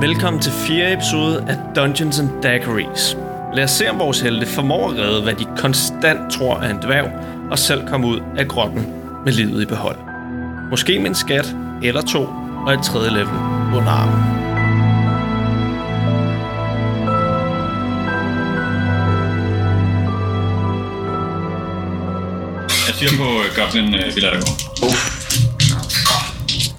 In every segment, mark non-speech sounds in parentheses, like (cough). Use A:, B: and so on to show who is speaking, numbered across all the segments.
A: Velkommen til fjerde episode af Dungeons and Daiquiris. Lad os se, om vores helte formår at redde, hvad de konstant tror er en dværg, og selv komme ud af grotten med livet i behold. Måske med en skat, eller to, og et tredje level under armen.
B: Jeg siger på øh, Goblin uh, Villardegaard.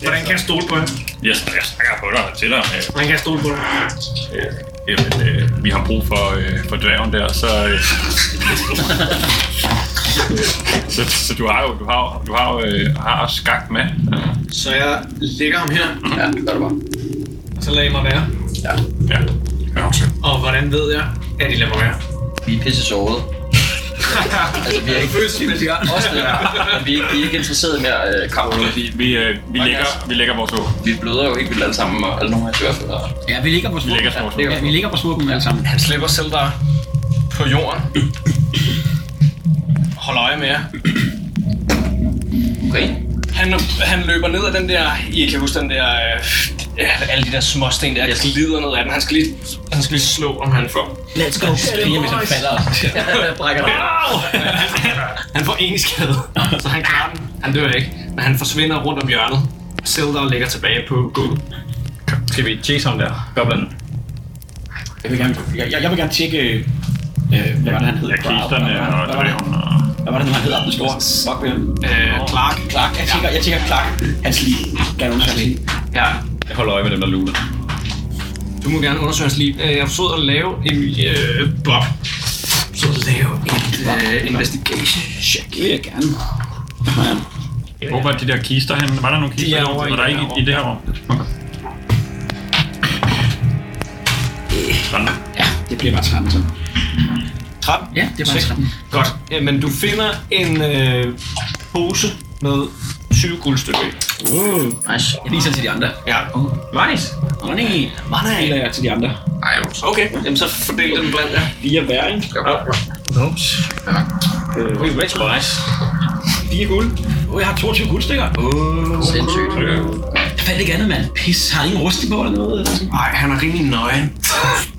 C: Hvordan kan jeg stole på ham?
B: Jeg, jeg snakker på dig og til dig. øh,
C: Hvordan kan jeg stole på ham?
B: øh, Jamen, øh, vi har brug for, øh, for dværgen der, så... Øh, (laughs) så, så, du har jo, du har, du har, jo, øh, har også skak med.
C: Så jeg lægger ham her,
D: Ja, det gør det bare.
C: så lader I mig være.
D: Ja.
B: Ja. Ja,
C: Og hvordan ved jeg, at I lader mig være?
D: Vi er pisse såret. altså, vi er ikke
C: Følelsesmæssigt.
D: også det her, men vi er, ikke- vi er ikke interesseret i mere øh, kamp.
B: vi, vi, øh, vi, lægger, vi lægger vores ord.
D: Vi bløder jo helt vildt alle sammen, og alle nogen har i hvert fald. og-
E: Ja, vi ligger på
B: Vi
E: smurfen.
B: lægger vores ord.
E: Ja, vi ligger på smurfen alle sammen.
F: Han slipper selv dig på jorden. Hold øje med jer.
D: Okay.
F: Han, han løber ned ad den der, I kan huske den der, øh, ja, alle de der småsten der, jeg glider ned ad den. Han skal lige, han skal lige slå, om han får.
E: Let's go. Skriger, hvis han falder.
D: (laughs) Jeg brækker det.
F: Han får ingen skade, så han klarer den. Han dør ikke, men han forsvinder rundt om hjørnet. Zelda ligger tilbage på gulvet.
C: Skal vi chase ham der?
B: Goblin.
E: Jeg vil gerne, jeg, jeg vil gerne tjekke, øh, hvad var det, han hed?
B: Ja, (laughs) kisterne og
E: Hvad var det,
B: dværgen. Og...
E: hvad var det nu, han hedder? Den store fuckbjørn.
F: Øh, Clark,
E: Clark. Jeg tjekker, jeg tjekker Clark. Hans liv. Kan du hans liv?
F: ja,
B: Jeg holder øje med dem, der luter.
F: du må gerne undersøge hans liv. Øh, Jeg forsøgte at lave en øh, Bob. Så lave en øh, investigation check.
E: Det vil jeg gerne.
B: Hvor var de der kister henne? Var der nogle kister?
F: er
B: herovre?
F: over i
B: var der
F: det
B: ikke
F: her
B: i, i det her rum? Okay. Sådan.
E: Ja, det bliver bare 13 så.
F: 13?
E: Ja, det er bare 13.
F: Godt. Jamen, du finder en øh, pose med 20 guldstykker i.
E: Nice. Jeg viser til de andre.
F: Ja.
C: Nice.
E: Money.
F: Money.
E: Deler jeg til de andre.
D: Ej, hvor så.
F: Okay, jamen så fordel den blandt jer.
E: Fire hver, ikke? Øh,
C: Okay, væk. Nice. Fire guld.
E: Åh, jeg har 22 guldstykker.
D: Sindssygt.
E: Jeg fandt ikke andet, mand. Pis, har ingen rust i på eller noget?
F: Nej, han er rimelig nøgen.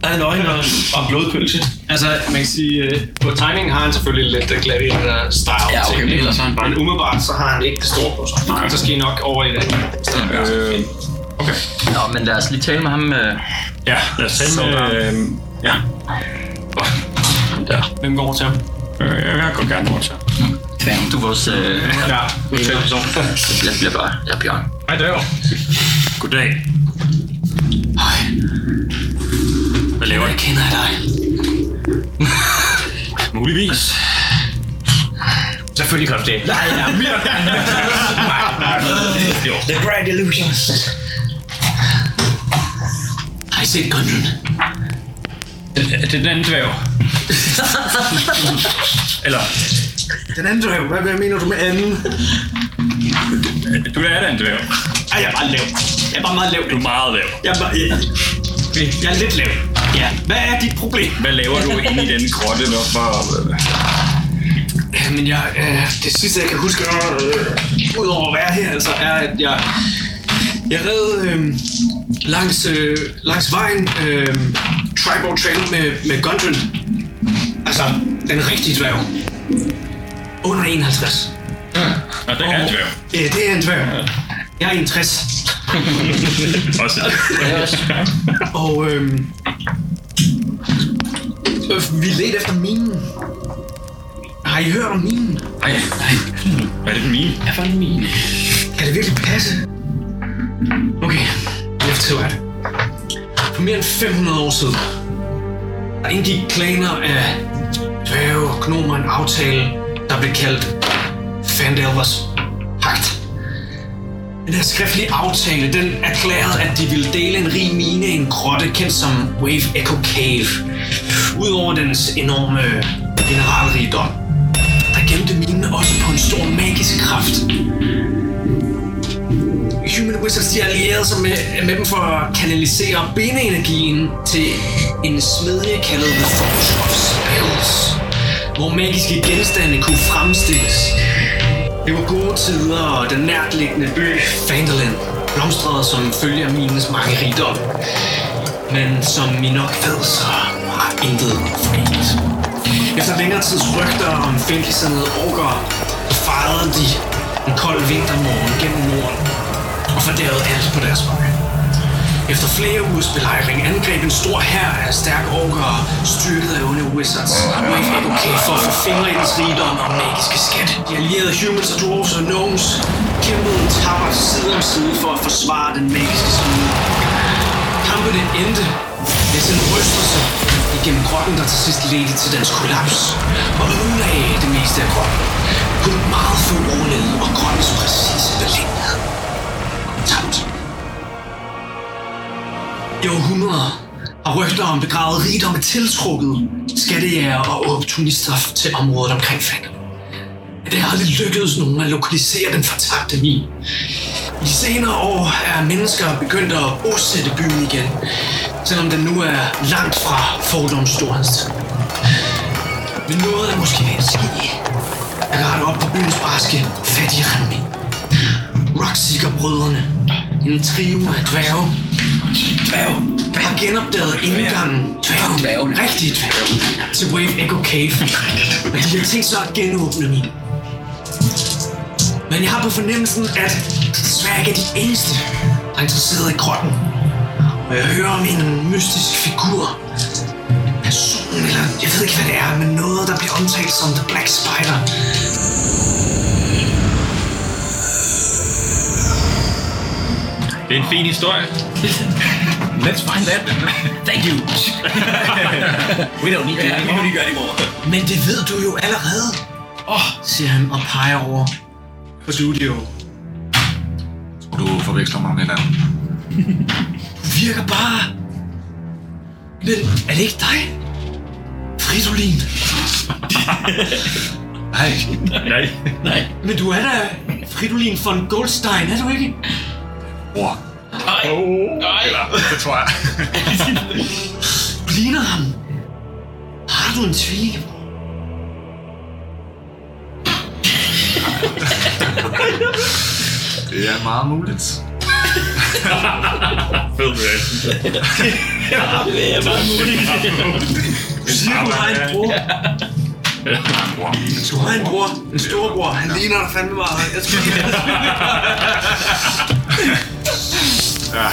E: Er det nøgen?
C: Og blodpølse.
F: Altså, man kan sige, øh, på timingen har han selvfølgelig lidt øh, glat i den der style
E: Ja, okay,
F: ting,
E: men ellers har han bare-
F: Men umiddelbart, så har han ikke det store på sig. Nej. Så skal I nok over i det.
B: Øh, okay.
D: Nå, men lad os lige tale med ham. Øh,
B: Ja, lad os tale med... Øh, ja.
D: ham der.
F: Hvem går over til ham?
B: Øh, jeg kan godt gerne over til.
E: Tværm.
D: Du er vores... Øh,
F: Ja, du er person.
D: jeg bliver bare... Jeg er Bjørn.
C: Hej, dør.
B: Goddag.
D: Hej.
B: Hvad laver I?
D: Jeg kender dig.
B: Muligvis.
C: Selvfølgelig gør du det. Nej,
D: Har I set Gundren?
C: det er den anden dværg.
B: (laughs) Eller,
C: Den anden dværg? Hvad, hvad mener du med anden?
B: du er da en dværg.
C: Ej, jeg er bare lav. Jeg er bare meget lav.
B: Du er meget lav.
C: Jeg er, bare, jeg, jeg er lidt lav. Ja. Hvad er dit problem?
B: Hvad laver du inde i den grotte? Hvorfor?
F: Jamen, jeg, øh, det sidste, jeg kan huske, øh, udover at være her, altså, er, at jeg, jeg red øh, langs, øh, langs vejen øh, Tribal Trail med, med Gundren. Altså, den rigtige dværg. Under 51.
B: Nå, det er en dværg.
F: Øh, det er en dværg. Jeg er 61.
B: Også.
F: Og øhm, øh, vi ledte efter minen. Har I hørt om minen?
B: Ej, nej. Hvad er det for mine?
E: Jeg fandt min.
F: Kan det virkelig passe? Okay, jeg fortæller jer det. For mere end 500 år siden, der indgik klaner af dværge og gnomer en aftale, der blev kaldt Fandelvers Pagt. Den her skriftlige aftale, den erklærede, at de ville dele en rig mine i en grotte kendt som Wave Echo Cave. Udover dens enorme mineralrigdom, der gemte minen også på en stor magisk kraft, Human Wizards de allierede sig med, med dem for at kanalisere beneenergien til en smedje kaldet The Forge of Spells, hvor magiske genstande kunne fremstilles. Det var gode tider, og den nærtliggende by, Fandolin, blomstrede som følge af minens mange rigdom. men som I nok ved, så har intet forgængeligt. Efter længere tids rygter om fængselsede orker, farede de en kold vintermorgen gennem Norden og fordærede alt på deres vej. Efter flere ugers belejring angreb en stor hær af stærke orker, styrket af onde wizards, og Wave Advocate for at få fingre i dens rigdom og magiske skat. De allierede humans og dwarves og gnomes kæmpede tapper side om side for at forsvare den magiske side. Kampene endte med en rystelse igennem grotten, der til sidst ledte til dens kollaps og ødelagde det meste af grotten. Kun meget få overlevede, og grottens præcise beliggenhed kom tabt. I århundreder har rygter om begravet rigdomme tiltrukket skattejæger og opportunister til området omkring Fandom. Men det har aldrig lykkedes nogen at lokalisere den fortabte min. I de senere år er mennesker begyndt at bosætte byen igen, selvom den nu er langt fra fordomsstorhedstid. Men noget er måske ved at ske. Jeg kan rette op på byens barske, fattige randmænd. Rockseeker-brødrene, en trio af dværge, dværg. Jeg har genopdaget indgangen. Dværgen.
D: Dværgen.
F: Rigtig dværgen. Til Wave Echo Cave. Men de har tænkt sig at genåbne min. Men jeg har på fornemmelsen, at de desværre ikke er de eneste, der er interesseret i grotten. Og jeg hører om en mystisk figur. En person, eller jeg ved ikke, hvad det er, men noget, der bliver omtalt som The Black Spider.
G: Det er en fin historie.
H: Let's find that.
F: Thank you.
H: We don't need
F: that anymore.
H: need that anymore.
F: Men det ved du jo allerede, oh, siger han og peger over på studio.
G: Og du forveksler mig med en anden.
F: virker bare... Men er det ikke dig? (laughs) Fridolin.
G: Nej. Nej.
F: Men du er da Fridolin von Goldstein, er du ikke?
G: Bror.
H: Nej. Nej.
G: Eller, det tror jeg.
F: Du ligner ham. Har du en tvillingebror?
G: Det er meget muligt. Fed reaction.
F: Siger du har en bror?
G: Bror.
F: Du har en bror. En storbror. Han ligner dig fandme meget. Jeg (laughs) tror, det er
G: Ja.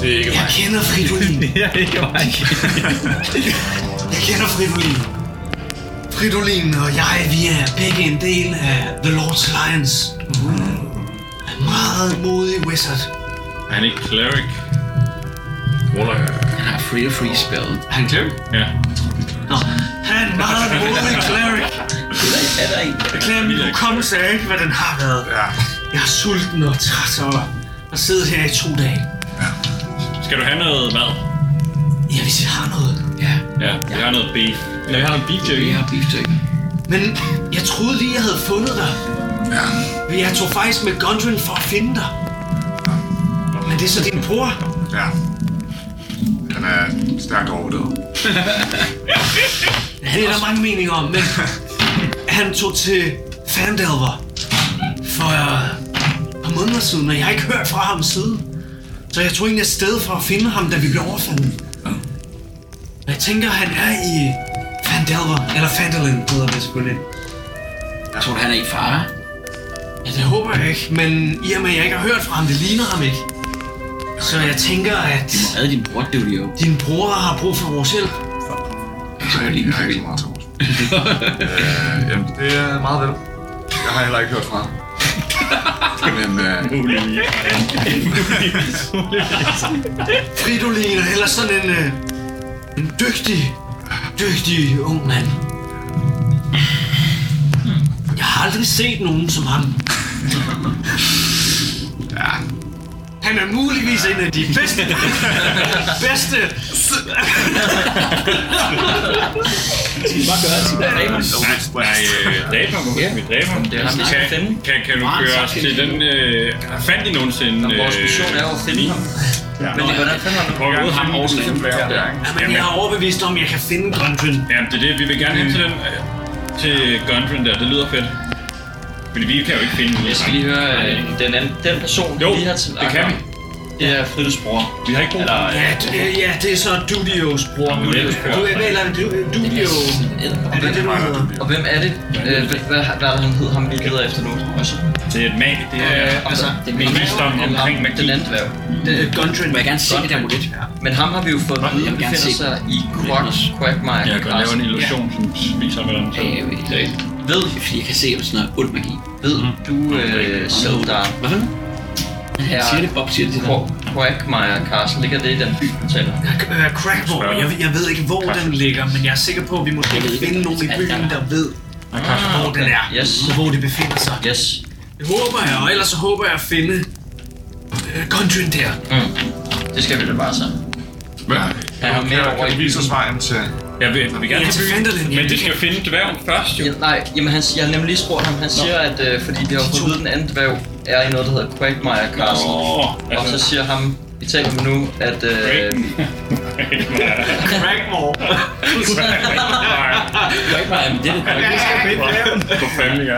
G: Det er ikke
F: Jeg
G: mig.
F: kender Fridolin.
H: Ja, det var ikke.
F: Jeg kender Fridolin. Fridolin og jeg, vi er begge en del af The Lord's Alliance. Mm. Meget modig wizard.
G: Er han ikke cleric? Waller.
D: Han har free og free spell.
F: Han klem?
G: Ja.
F: Nå, han er en meget modig cleric.
D: Det er- er der en.
F: Erklær min hukommelse er ikke, hvad den har været.
G: Ja.
F: Jeg er sulten og træt og har siddet her i to dage.
G: Skal du have noget mad?
F: Ja, hvis jeg har noget.
D: Ja,
G: Ja, vi har noget beef. Ja, vi har noget beef
D: vi har beef jerky.
F: Men jeg troede lige, jeg havde fundet dig. Ja. Jeg tog faktisk med Gondrin for at finde dig. Men det er så din bror.
G: Ja. Han er stærkt overdød.
F: Det er der mange meninger om, men han tog til Fandelver for et par måneder siden, og jeg har ikke hørt fra ham siden. Så jeg tog egentlig afsted for at finde ham, da vi blev overfaldet. Og jeg tænker, han er i Fandelver, eller Fandelen hedder det selvfølgelig.
D: Jeg tror, du, han er i fare.
F: Ja, det håber jeg ikke, men i og med, at jeg ikke har hørt fra ham, det ligner ham ikke. Så jeg tænker, at
D: Havde din bror, det var det jo.
F: din bror har brug for vores hjælp.
G: Nej, jeg har ikke så meget til overs. øh, jamen, det er meget vel. Jeg har heller ikke hørt fra ham. Men (laughs) øh,
F: Fridolin, eller sådan en, øh, en dygtig, dygtig ung mand. Jeg har aldrig set nogen som ham.
G: ja,
F: Han er muligvis en af de bedste. bedste.
G: nej, øh, dræb ham, hvorfor vi dræbe ham?
D: Det er ham, vi skal finde.
G: Kan, kan du køre os til den, øh, fandt I nogensinde? Øh,
D: Vores mission er jo at finde ham. Men det er hvordan finder man ham?
G: Prøv at rode ham over til den værre der, ikke?
F: Men
G: Jamen,
F: jeg er overbevist om, at jeg kan finde Grøntøn.
G: jamen, det er det, vi vil gerne hen til den, øh, til Gundren der, det lyder fedt. Men vi kan jo ikke finde
D: øh,
B: Jeg skal lige høre øh, den anden den person,
G: Jo,
B: vi har til
G: det kan vi.
D: det er Frittes bror.
B: Vi har ikke brug
D: Eller,
B: for
D: øh,
F: Ja, d- øh, ja, det er så Dudios bror.
B: Nå, men ellers kører
F: Du er vel en Dudio. Er det det, du hedder?
D: Og hvem er det? Øh, hvad, hvad, hvad er det, han hed? Ham, vi leder efter nu. Også.
B: det er et mag. Det er,
D: Øh, altså,
B: det er visdom omkring magi.
D: Den anden dværg.
C: Det er Gundren. Må jeg gerne se det der mulet?
D: Men ham har vi jo fået at vide,
C: jeg vil gerne
D: befinder
C: se
D: sig i Quack, Quackmire.
B: jeg kan godt lave en illusion, som viser, hvordan den ser ud.
D: Ved,
C: Fordi jeg kan se, om sådan noget ond magi.
D: ved du, øh, Seldar,
C: Hvad for noget?
D: her
C: Siger det, Bob siger det til dig.
D: Quack- Quackmire Castle, ligger det i den by, du taler? om?
F: Øh, Crackvor. Jeg, jeg ved ikke, hvor den ligger, men jeg er sikker på, at vi måske
C: Jeg ved
F: kan
C: ikke,
F: finde
C: om
F: nogen i
C: det er
F: byen,
C: der.
F: der ved, hvor den er.
D: Yes.
F: Og hvor det befinder sig.
D: Yes.
F: Det håber jeg, og ellers så håber jeg at finde øh, Gundren der.
D: Mm. Det skal vi da bare så.
G: Hvad?
D: Han har
G: Kan,
D: mere over i
G: kan du vise os vejen til...
B: Jeg vil, jeg vil gerne
F: Ja,
B: til
F: til
B: byen,
F: Fenderlin.
B: men det skal jo finde dværgen først, jo.
D: Ja, nej, jamen han, jeg har nemlig lige spurgt ham. Han siger, at øh, fordi vi har fået at vide, den anden dværg er i noget, der hedder Quackmire Castle.
B: Åh,
D: Og så
B: (laughs) altså,
D: siger ham, vi taler med nu, at... Øh,
B: Great.
F: Crackvor.
B: Vi skal finde dværgen. For fanden, ja.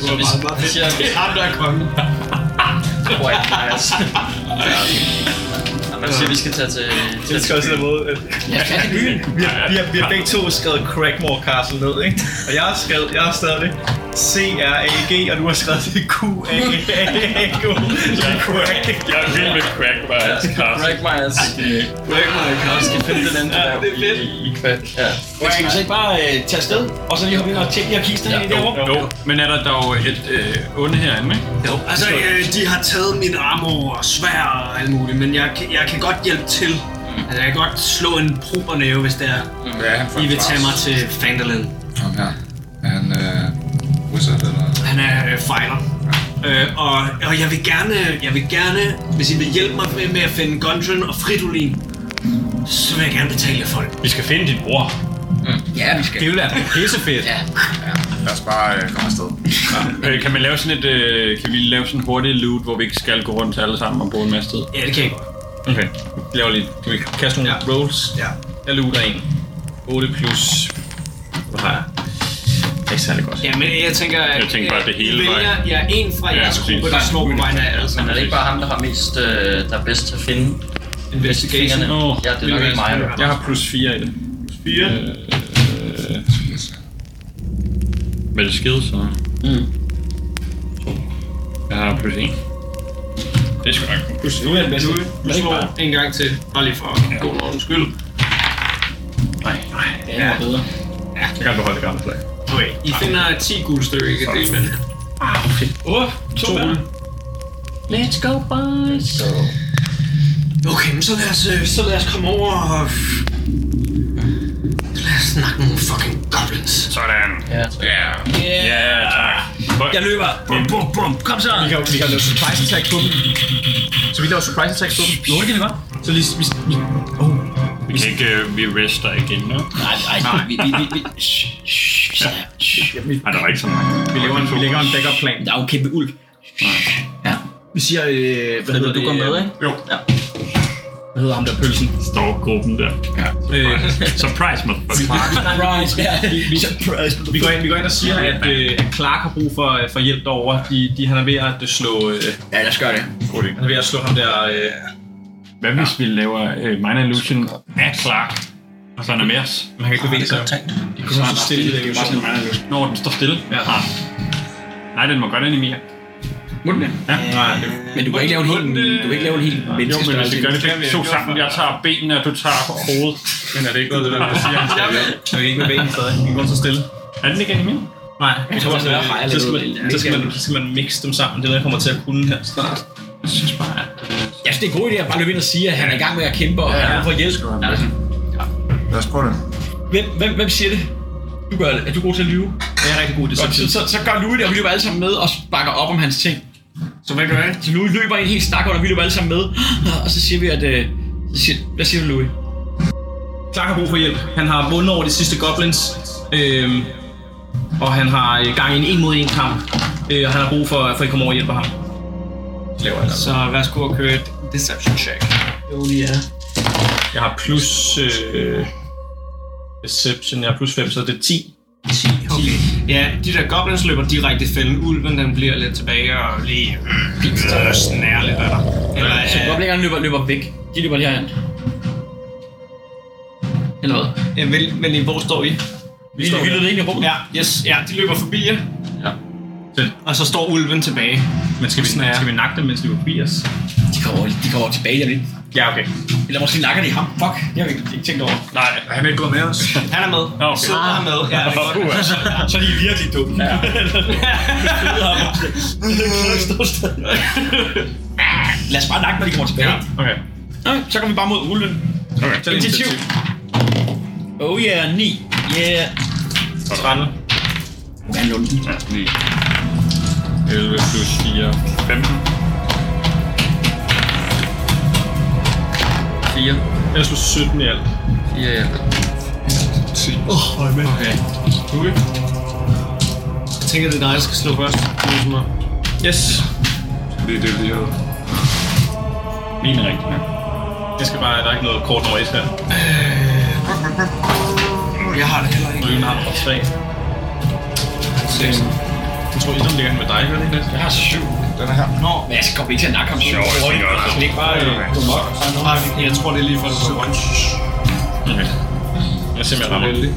D: så vi, han siger,
F: (laughs)
D: at
F: Ham der er kongen.
D: Quackmire Jamen, han siger, at vi skal tage til...
I: Det skal også have måde. øh,
C: Lad os fat i byen.
I: Vi har, vi, har, vi har begge to skrevet Crackmore Castle ned, ikke? Og jeg har skrevet, jeg har skrevet det C-R-A-G, og du har skrevet det Q-A-A-G. Crack.
B: Jeg er vild med crack, bare altså, Carsten.
D: Quackmire Quackmire Castle. Skal finde den anden dværg i, i Quack. Ja.
H: Men skal vi så ikke bare øh, tage afsted, og så lige hoppe ind og tjekke de her kister ja, i det
B: Jo,
H: rum?
B: jo. Men er der dog et øh, onde herinde, ikke?
F: Altså, øh, de har taget min armor og svær og alt muligt, men jeg, kan- jeg kan godt hjælpe til.
I: Mm.
F: Altså, jeg kan godt slå en proper næve, hvis det er.
G: Hvad er han for
F: I
G: en
F: vil
G: klasse?
F: tage mig til Fandalen.
G: Ham her. Er han øh, wizard eller...
F: Han er øh, fejler. Øh, og, og jeg vil gerne, jeg vil gerne, hvis I vil hjælpe mig med, med at finde Gundren og Fridolin, så vil jeg gerne betale jer for det.
B: Vi skal finde dit bror.
C: Ja, vi skal.
I: Det ville være pissefedt.
C: Ja.
G: Lad os bare øh, komme afsted.
B: Øh, kan man lave sådan et, øh, kan vi lave sådan en hurtig loot, hvor vi ikke skal gå rundt alle sammen og bruge en masse tid?
F: (laughs) Ja, det kan jeg godt.
B: Okay, vi laver lige. Kan vi kaste nogle ja. rolls?
F: Ja.
B: Jeg looter en. 8 plus... Hvad har jeg? Det er ikke særlig godt.
F: Ja, men jeg tænker, at
B: Jeg tænker bare, at det
F: øh, I
B: hele
F: vælger
B: vejen.
F: jer en fra
B: Ja,
F: jeres
B: præcis.
F: gruppe, der slår på vegne af alle
D: Men
F: sammen.
D: er det ikke bare ham, der har mest, øh, der er bedst til at finde
F: Investigation.
D: fingrene?
B: Åh,
D: ja, det er nok ikke mig.
F: være-
B: Jeg har plus 4 i det.
I: 4.
B: Men det skide, så... Mm. Jeg har plus 1. Det er sgu nok. Plus
H: Nu er det bedste.
F: Du slår en gang til, bare lige for god ordens skyld.
B: Nej, nej.
H: Ja, det er bedre.
B: Jeg kan beholde det gamle flag.
F: Okay, I finder 10 guldstykker, I kan dele med.
B: Åh, to rulle.
F: Okay, men så lad os, øh, så lad os komme over og... Så lad os snakke nogle fucking goblins.
B: Sådan.
D: Ja, jeg tror-
B: Ja, tak. Jeg løber. Bum, bum, bum. Kom så.
I: Vi kan, vi kan lave surprise attack på dem. Så vi laver surprise attack på dem. Jo, det kan vi godt. Så lige... Vi, vi, oh.
B: Vi kan ikke... øh, vi rester igen nu. Nej,
H: Ej, vi, vi, vi, vi, shh, shh, shh, shh.
B: der var ikke så mange.
I: vi laver en, vi lægger en backup plan.
H: Der er jo en kæmpe ulv.
I: Vi siger, øh, hvad hedder
D: du går med, ikke?
I: Jo.
D: Ja.
I: Hvad hedder ham der pølsen?
B: Står gruppen der.
I: Øh,
B: Surprise, motherfucker.
H: Surprise, ja.
I: vi, går ind, vi går ind og siger, at, øh, at Clark har brug for, øh, for hjælp derovre. De, de, han er ved at øh, slå... Øh,
H: Ja, lad os gøre det.
B: God idé.
I: han er ved at slå ham der... Øh,
B: Hvad hvis vi laver uh, Minor Illusion af Clark? Og så er med os.
I: men han kan ikke bevæge sig. De kunne så stille i det.
H: Bare sådan en manuel.
B: Når den står stille.
I: Ja.
B: Ah. Nej, den må godt animere.
H: Må den det?
I: Nej, det
H: Men du kan ikke lave en helt, du kan ikke lave en helt
B: Øh, Jo, men hvis
H: menneskestørrelse.
B: det gør det begge to sammen. Jeg tager benene, og du tager hovedet.
I: men er det ikke noget, det der, man siger, han skal lave? Han kan ikke bevæge sig stadig. Han kan gå så stille.
B: Er den ikke animeret?
I: Nej, jeg tror,
H: tror,
I: også,
H: det er
I: at-
H: fejl,
I: så skal
H: eller
I: man,
H: noget.
I: så skal man, så skal man mixe dem sammen. Det er noget, jeg kommer til at kunne her snart.
B: Jeg synes bare, at...
H: Jeg synes, det er en god idé at bare løbe ind og sige, at han er i gang med at kæmpe, og han har brug for hjælp.
G: Lad os prøve det.
H: Hvem, hvem, hvem siger det? Du gør det. Er du god til at lyve?
I: Det er rigtig god, det er
H: Godt, så, så, så gør Louis det, og vi løber alle sammen med og bakker op om hans ting.
F: Så hvad gør I?
H: Så Louis løber en helt stak under, og vi løber alle sammen med. Og så siger vi, at... Øh, så siger, hvad siger du, Louis?
I: Clark har brug for hjælp. Han har vundet over de sidste goblins. Øhm, og han har øh, gang i en en mod en kamp. Øh, og han har brug for, for at I kommer over og hjælper ham. Så laver jeg, noget.
F: Så værsgo at køre et deception check. Jo, lige er.
I: jeg har plus... Øh, deception, jeg har plus 5, så det er 10.
F: 10, okay. Ja, de der goblins løber direkte i fælden. Ulven den bliver lidt tilbage og lige øh, (clears throat) snærer lidt af dig. Eller, øh,
D: Goblinerne løber, løber væk. De løber lige herhen. Eller hvad?
F: øh, vel, men hvor står I?
D: Vi, vi lød ikke i rummet.
F: Ja, yes, ja, de løber forbi jer.
B: Ja. Så-
F: Og så står ulven tilbage.
B: Men skal vi,
F: Sådan er jeg.
B: skal vi nakke dem, mens de er forbi os?
H: De kommer, de kommer tilbage lige om lidt.
B: Ja, okay.
H: Eller måske nakker de ham. Fuck, det har vi ikke ikke tænkt over.
B: Nej,
G: Han er ikke gået med os.
F: Han er med.
B: Nå, okay.
F: Sidder her med. Ja,
D: Ah.
F: det er godt.
B: Altså,
H: Så er de virkelig dumme. Ja. Lad os bare nakke, når de kommer tilbage.
B: (laughs) okay.
H: Ja. Så går vi bare mod ulven.
B: okay. Tag
H: Initiativ.
D: Oh yeah, 9. Yeah.
F: 13.
H: Nu kan han låne den.
B: 9. 11 plus 4. 15.
D: 4.
B: Jeg slog 17 i alt.
D: 4 ja.
F: Jeg tænker, det er dig, der skal slå først. Yes.
G: Det er det, vi har.
B: Min er rigtig.
F: Jeg skal bare, der er ikke noget kort nummer 1 her.
D: Jeg har det heller ikke.
F: Ulven har nummer 3. 6. Jeg tror, Isam ligger med dig, gør det ikke det?
H: Jeg har syv.
G: Den er her.
H: Men jeg kommer ikke til at nakke ham. Jo, det er godt. Skal vi ikke bare øh, dumme op?
F: Jeg tror, det er lige for at slå
B: Okay. Jeg ser, om jeg rammer.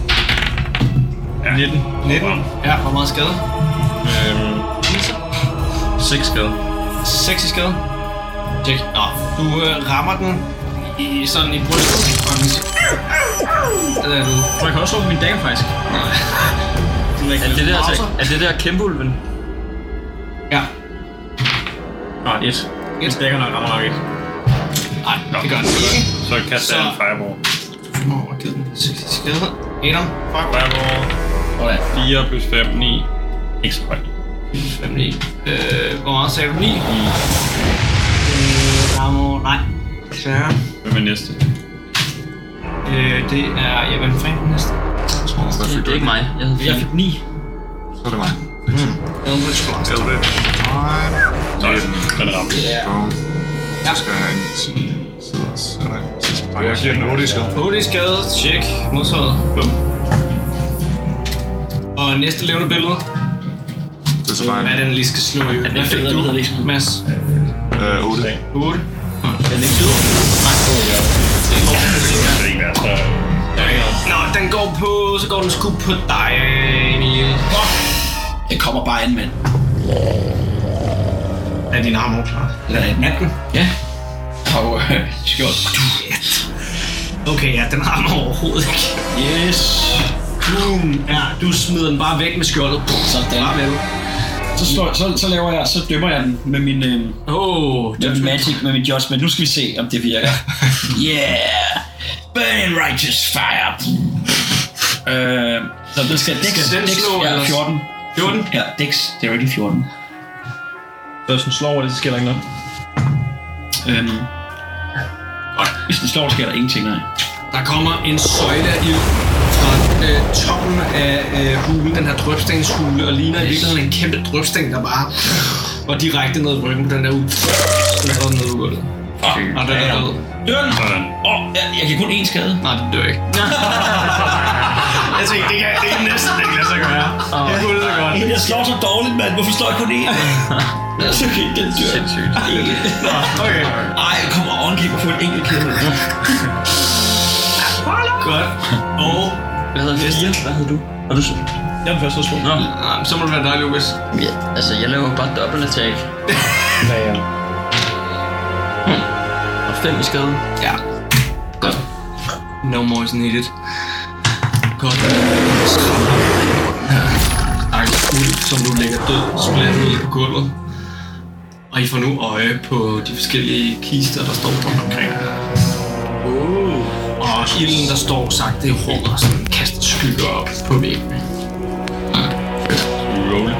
B: Ja. 19.
F: 19. Ja, hvor meget skade?
B: Øhm, 6 skade.
F: 6 i skade. Tjek. Nå, du øh, rammer den i, sådan i brystet. Og den siger... Den er du.
B: Og jeg kan også slå på min dagger, faktisk.
D: Er det der, er det der kæmpe ulven?
F: Ja.
B: Nå, 1.
F: Et.
B: Dagger nok rammer nok ikke.
F: Nej, det gør den ikke.
B: Så kast jeg
F: Så-
B: en fireball.
F: Du må overgive den. 6 i skade. Adam. Fuck.
B: Fireball.
D: Hvordan?
B: 4 plus 5, 9. Ikke så højt.
F: 5, 9. Øh, hvor meget sagde du? 9? Øh, rammer... Nej. Desværre.
B: Hvem er næste?
F: Øh, det er... Ja, hvem fanden er den næste?
G: Så fik
D: Det
G: du
D: er ikke
G: ikke.
D: mig. Jeg havde
F: Jeg
D: fire.
F: fik 9.
G: Så er det mig.
F: Eldritch Blast.
G: Elvin. Hmm. Nej.
B: Så er den, den rammer.
G: Boom. Så skal jeg have en 10 siders. Eller en 10 Og jeg giver den 8 i skade.
F: 8 i skade. Tjek. Modtaget. Bum. Og næste levende billede.
G: Det er så bare
F: Hvad er det, den lige skal slå i? Hvad fik
D: bedre, den
F: du,
D: hedder det?
F: Mads?
G: en 8.
F: 8.
B: Det kan ikke være så...
F: Nå, den går på... Så går den sgu på dig, Emil.
H: Jeg kommer bare ind, mand.
F: Er din armor klar?
H: Eller en natten.
D: Ja.
H: Og (laughs) øh, skjold.
F: Okay, ja, den har den overhovedet ikke.
H: Yes.
F: Boom. Ja, du smider den bare væk med skjoldet.
H: Sådan.
F: Bare væk.
H: Så, står, så, så laver jeg, så dømmer jeg den med min, øh,
F: Åh,
H: med min magic, med min judgment. Nu skal vi se, om det (laughs) virker. yeah! Burn in righteous fire! øh, så den skal, Dex,
F: Skal den
H: Dex,
F: slå,
H: ja,
F: eller?
H: 14.
F: 14.
H: Ja, Dex, det er jo ikke 14.
B: Så hvis den slår over det, så sker der ikke noget.
H: Øhm, godt. Hvis den slår, sker der ingenting, nej.
B: Ah,
F: Der kommer en søjle af ild fra øh, toppen af øh, hulen, den her drøbstenshule, og ligner i virkeligheden en kæmpe drøbsten, der bare går direkte ned i ryggen på den der ud. Den går ned i gulvet. Og den er død.
B: Sådan.
H: Åh, jeg, jeg kan kun én skade.
F: Nej, den dør ikke. jeg tænkte, det kan, det kan næsten ikke lade sig gøre. Det kunne det godt.
H: Jeg slår så dårligt, mand. Hvorfor slår jeg kun
B: (laughs)
H: én? okay, den dør.
D: Sindssygt.
F: Okay.
H: Ej, kommer ovenkig på en enkelt kæde.
F: Godt. Og
D: Hvad hedder fire? Hvad hedder du? Og du?
B: Jeg er den første, der slår.
D: Nå.
F: ah, så må det være dig, Lukas.
D: Ja, altså, jeg laver bare dobbelt attack. Hmm. Og fem i skade.
F: Ja. Godt. No more is needed. Godt. Skræmmer den her Stakkels ulv, som du ligger død splattet i på gulvet. Og I får nu øje på de forskellige kister, der står rundt omkring.
C: Oh.
F: Uh. Og ilden, der står sagt, det ruller og sådan kaster skygger op på væggen.
B: Roll.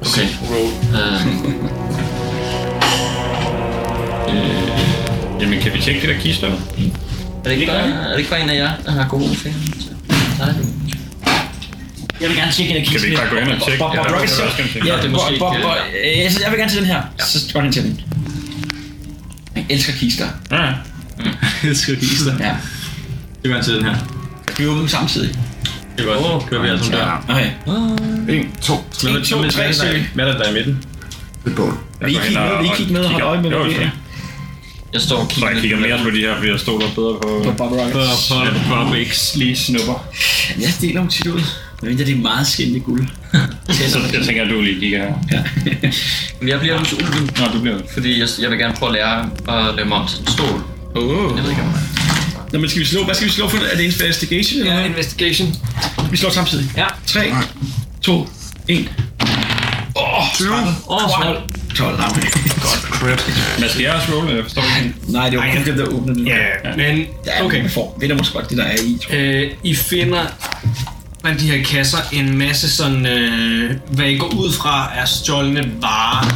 D: Okay.
B: Roll.
D: Øh,
B: Jamen, kan vi tjekke det der kiste?
D: er, det ikke bare, er det ikke bare en af jer, der har gode fingre? Så tager jeg den.
H: Jeg vil gerne tjekke, at jeg
B: Kan vi ikke bare gå ind og tjekke?
H: Bob, Bob,
B: Ja,
H: Rocket
B: det er
H: siger-
B: også ganske-
H: Ja,
D: det
H: det
D: er
H: er
D: måske
H: Bob, Bob,
D: ikke-
H: Bob, øh, jeg- jeg vil gerne til den her. Så går han til den. Jeg elsker kister.
B: Ja.
F: Elsker kister.
H: Ja.
F: Det gør han til den her.
H: Skal vi åbne dem samtidig?
B: Det er godt. Oh, kører vi altså om døren.
H: Okay.
G: 1, 2, 3.
H: En, to, tre, søg.
B: Hvad er det, der er i midten?
G: Det er bål.
H: Vi
B: går
H: kigger
B: hen
H: med,
B: og-
H: vi kigger med og holder øje med,
B: Jo,
H: hvad det
B: selvfølgelig.
H: er.
D: Jeg står og
B: Så
D: kigger
B: jeg kigger mere på de her, fordi jeg stoler bedre på...
H: På Bob
B: På,
H: Rockets.
B: på, på, på ikke lige snupper.
H: Jeg deler dem tit ud. Jeg venter, det er meget skændende guld.
B: Så jeg tænker, at du lige kigger her.
D: Jeg bliver hos ulven,
B: Nå, du bliver
D: fordi jeg, jeg vil gerne prøve at lære at lave mig om til en stol.
H: Oh.
D: Jeg ved ikke, om det er.
H: (laughs) Nå, men skal vi slå? Hvad skal vi slå for? Er det investigation? Eller?
C: Ja, investigation.
H: Vi slår samtidig.
C: Ja.
H: 3, 2, 1. Åh,
G: 20.
C: Åh, oh, 12.
H: 12 rammer. Godt.
B: Hvad skal jeg også rolle? Jeg forstår ikke.
H: Nej, det var kun dem, der åbnede den.
F: Ja, men
H: Ja,
F: okay.
H: okay. For. Det er da måske godt, det der er i, tror jeg.
F: Øh, I finder blandt de her kasser en masse sådan, øh, hvad I går ud fra er stjålne varer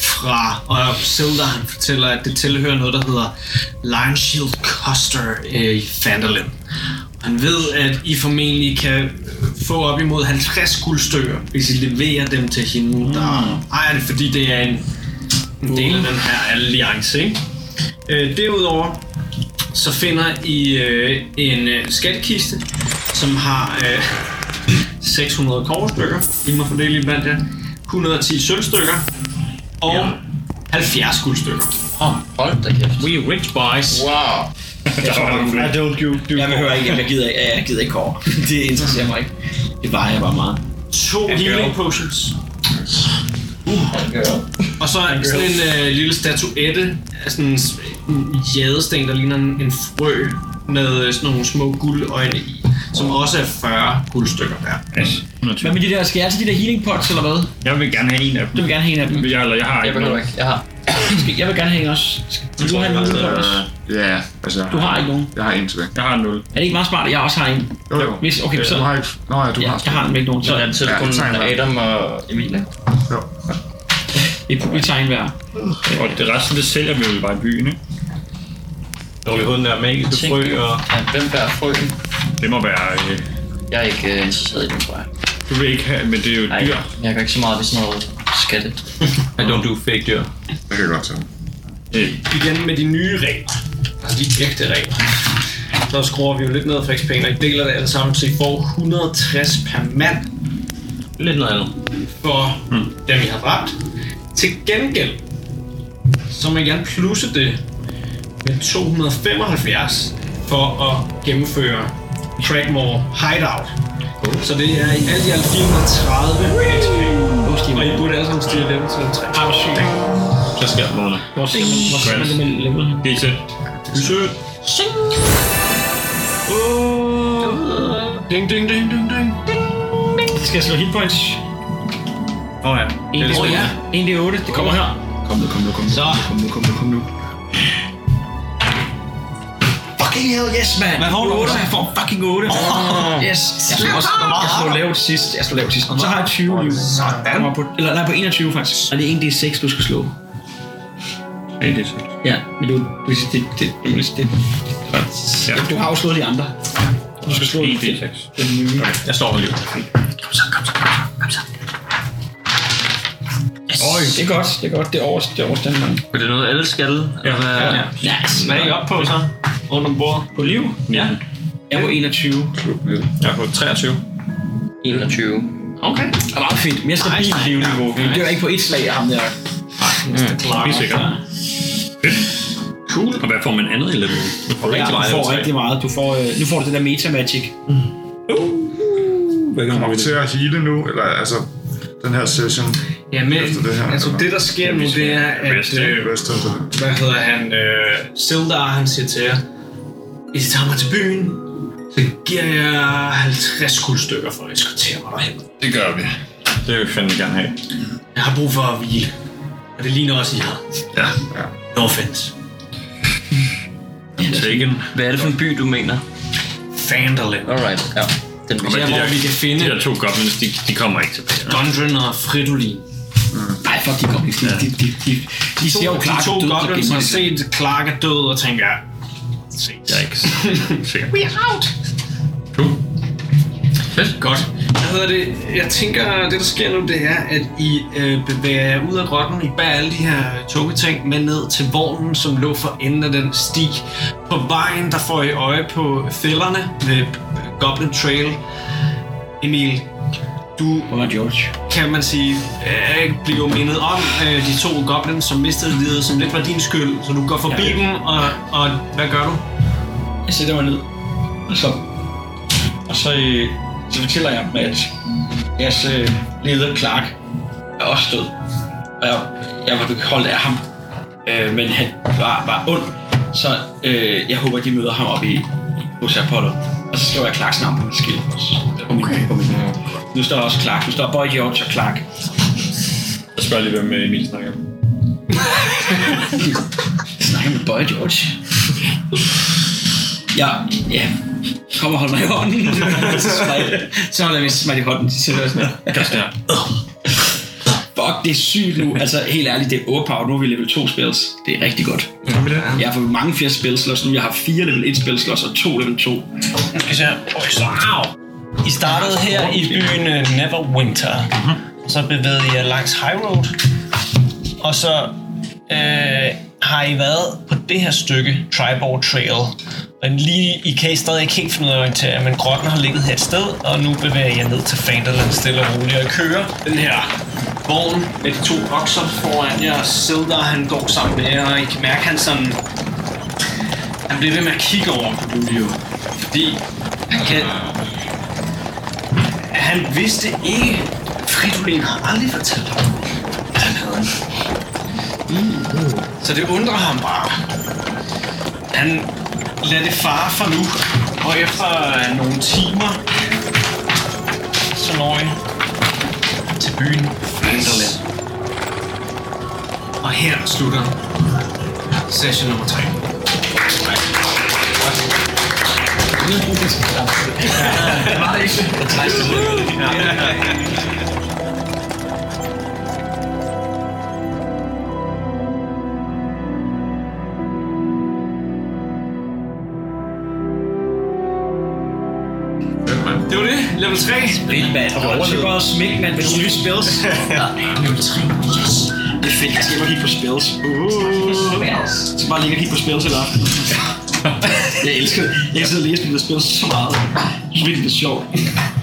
F: fra, og Zelda han fortæller, at det tilhører noget, der hedder Lion Shield Custer øh, i Fandolin. Han ved, at I formentlig kan få op imod 50 guldstykker, hvis I leverer dem til hende, der ejer det, fordi det er en, en del af den her alliance. Ikke? Øh, derudover så finder I øh, en øh, skatkiste, som har øh, 600 koverstykker. I må fordele i blandt jer. 110 sølvstykker og ja. 70 guldstykker.
D: Hold da kæft.
B: We rich boys.
D: Wow.
B: Der var nogle flere.
H: don't you, do jeg behøver ikke, jeg gider ikke, ja, jeg gider ikke over. (laughs) Det interesserer mig ikke. Det var jeg bare meget.
F: To healing potions. Og så sådan en øh, lille statuette af sådan en, s- en jadesten, der ligner en, en frø med øh, sådan nogle små guldøjne i, som også er 40 guldstykker hver.
H: Hvad med de der, skal jeg til de der healing pots, eller hvad?
B: Jeg vil gerne have en af
H: Du
B: dem.
H: vil gerne have en af dem.
B: Jeg, eller jeg har
D: Jeg
B: ikke
D: behøver
B: noget.
D: ikke. Jeg har.
H: Skal- Jeg vil gerne have en også. Skal- Vil du have en mulighed også?
G: Ja, altså...
H: Du har ikke nogen.
G: Jeg har en tilbage.
B: Jeg har en nul.
H: Er det ikke meget smart, at jeg også har en?
G: Jo, jo.
H: Hvis, okay, så...
G: Du har ikke... Nå ja, du
H: Øh, Ja,
G: har...
H: jeg har en væk nogen. Så
D: Så er det til
G: Ja,
D: kun
G: tak, mand.
D: Adam og Emil, ikke?
G: Jo.
H: vi, vi tager en hver.
B: Og det resten, det sælger vi jo bare i byen, ikke?
I: Når vi den der magiske
D: Tænk.
I: frø, og
D: Ja, hvem bærer frøen?
B: Det må være... Øh,
D: Jeg er ikke øh, interesseret i den, tror jeg.
B: du vil ikke have, men det er jo
D: Nej,
B: dyr.
D: jeg gør ikke så meget ved sådan noget skatte.
I: I don't do fake dyr.
G: Det kan jeg godt tage.
B: Øh,
F: igen med de nye regler. Altså de ægte regler. Så skruer vi jo lidt ned for XP'en, og I deler det alle sammen, så I får 160 per mand
I: Lidt noget andet.
F: for hmm. dem, I har dræbt. Til gengæld, så må I gerne plusse det med 275 for at gennemføre Trackmore Hideout. Så det er i alt i alt 430 XP. Og I burde alle sammen stige level til level 3.
H: Har du syg?
B: så sker der noget.
H: Hvor ser man, hvor ser man det med level?
B: Det er tæt.
F: Sødt. Ding, ding, ding, ding, ding.
H: Skal jeg slå hit points?
B: Åh oh, ja.
H: En
B: Det er
H: d
B: sgu-
H: ja. En d8, det kommer her.
G: Kom nu, kom nu, kom nu.
H: Så.
G: Kom nu, kom nu, kom nu.
H: Fucking hell, yes, man. Hvad får du? 8, jeg får fucking 8. Oh, yes. Jeg slog også jeg slog lavt sidst. Jeg slog lavt sidst. Så har jeg 20 liv. Sådan. På, eller nej, på 21 faktisk. Og det er 1 d6, du skal slå.
B: Ja, det er tæt.
H: Ja, men du, du, det, det, det, det, det,
B: Ja.
H: du har jo slået de andre. Du skal slå
B: En
H: den
B: D6.
H: den nye.
B: Jeg står lige.
H: Øj, det er godt, det er godt. Det er over, det er over standarden.
I: Er det noget, alle skal? Ja. Hvad, ja, ja.
H: Ja, altså,
F: Hvad er I oppe på så? Rundt om bordet.
H: på liv.
B: Ja.
H: Jeg er på 21.
B: Jeg har fået 23.
D: Mhm. 21.
H: Okay. Det er meget fint. Mere stabilt livniveau. Det er ikke på et slag af ham der.
B: Vi er sikre. Fedt. Cool. Og hvad får man andet i level? Du får rigtig meget
H: du
B: i level
H: får
B: 3.
H: rigtig meget. Du får, øh, nu får du det der metamagic.
G: Kommer vi til at hele nu, eller altså... Den her session...
F: Ja, men
G: Efter det her,
F: altså
G: eller?
F: det der sker nu, det er, at
B: Vest,
F: øh,
G: Resten af det.
F: hvad hedder han, øh, Sildar, han siger til jer, hvis I tager mig til byen, så giver jeg 50 guldstykker for at eskortere mig derhen.
G: Det gør vi.
B: Det vil jeg fandme gerne have.
F: Jeg har brug for at hvile, og det ligner også, I har.
B: Ja.
F: No offense.
B: Taken.
D: Hvad er det for en by, du mener?
F: Fandolin.
D: Alright, ja. Den vil
F: Der,
D: jeg.
F: hvor vi kan finde
B: De der to goblins, de, de kommer ikke tilbage.
F: Dundren og Fridolin.
H: Nej, fuck, de kom. De, de, de, de, de, de ser jo
F: De
H: klart
F: to
H: død og
F: goblins har
H: gemmer sig.
F: set Clark er død og tænker,
B: Jeg er ikke sikker. We out! Cool.
F: Godt. Hvad hedder det? Jeg tænker, det der sker nu, det er, at I øh, bevæger jer ud af grotten. I bærer alle de her togeting med ned til vognen, som lå for enden af den sti. På vejen, der får I øje på fælderne med Goblin Trail. Emil, du
H: Under George.
F: kan man sige, øh, bliver mindet om øh, de to goblins, som mistede livet, som lidt var din skyld. Så du går forbi ja. dem, og, og hvad gør du?
H: Jeg sætter mig ned. Og så, og så, øh, så fortæller jeg dem, at jeres øh, leder Clark er også død. Og jeg, jeg var holdt af ham. Øh, men han var, var ond. Så øh, jeg håber, de møder ham oppe i hos Apollo. Og så skriver jeg Clarks navn på min skilt. På min, okay. på min, nu står der også Clark. Nu står Boy George og Clark.
B: Jeg spørger lige, hvem øh, Emil snakker om.
H: Jeg snakker med Boy George. Ja, ja. Kom og hold mig i hånden. så holder jeg, så holder jeg min smart i hånden. Så sidder jeg sådan her.
B: Gør sådan her.
H: Fuck, det er sygt nu. Altså, helt ærligt, det er overpowered. Nu er vi level 2 spells. Det er rigtig godt. Jeg har fået mange flere spells nu. Jeg har fire level 1 spells og to level 2.
J: I startede her i byen øh, Neverwinter. Så bevægede jeg langs High Road. Og så øh, har I været på det her stykke, Tribor Trail. Men lige, I kan I stadig ikke helt finde ud af at orientere, men grotten har ligget her et sted, og nu bevæger jeg ned til Fandaland stille og roligt, og I kører
F: Den her vogn med de to okser foran jer, og Zelda, han går sammen med jer, og I kan mærke, han sådan... Han bliver ved med at kigge over på Ludio, fordi han kan... Han vidste ikke, Fridolin har aldrig fortalt ham, at han havde en. Så det undrer ham bare. Han lader det fare for nu, og efter øh, nogle timer, så når I til byen Vanderland. Og her slutter session nummer 3. Det var det. Level 3.
H: Spritmand. Og overlevet. Og smækmand med nogle nye spells. Det er fedt. Altså, Jeg skal bare kigge på spells. Jeg skal bare ligge og kigge på spells hele (laughs) aften. Jeg elsker det. Jeg sidder og læser de der spells så meget. Så vildt det er sjovt.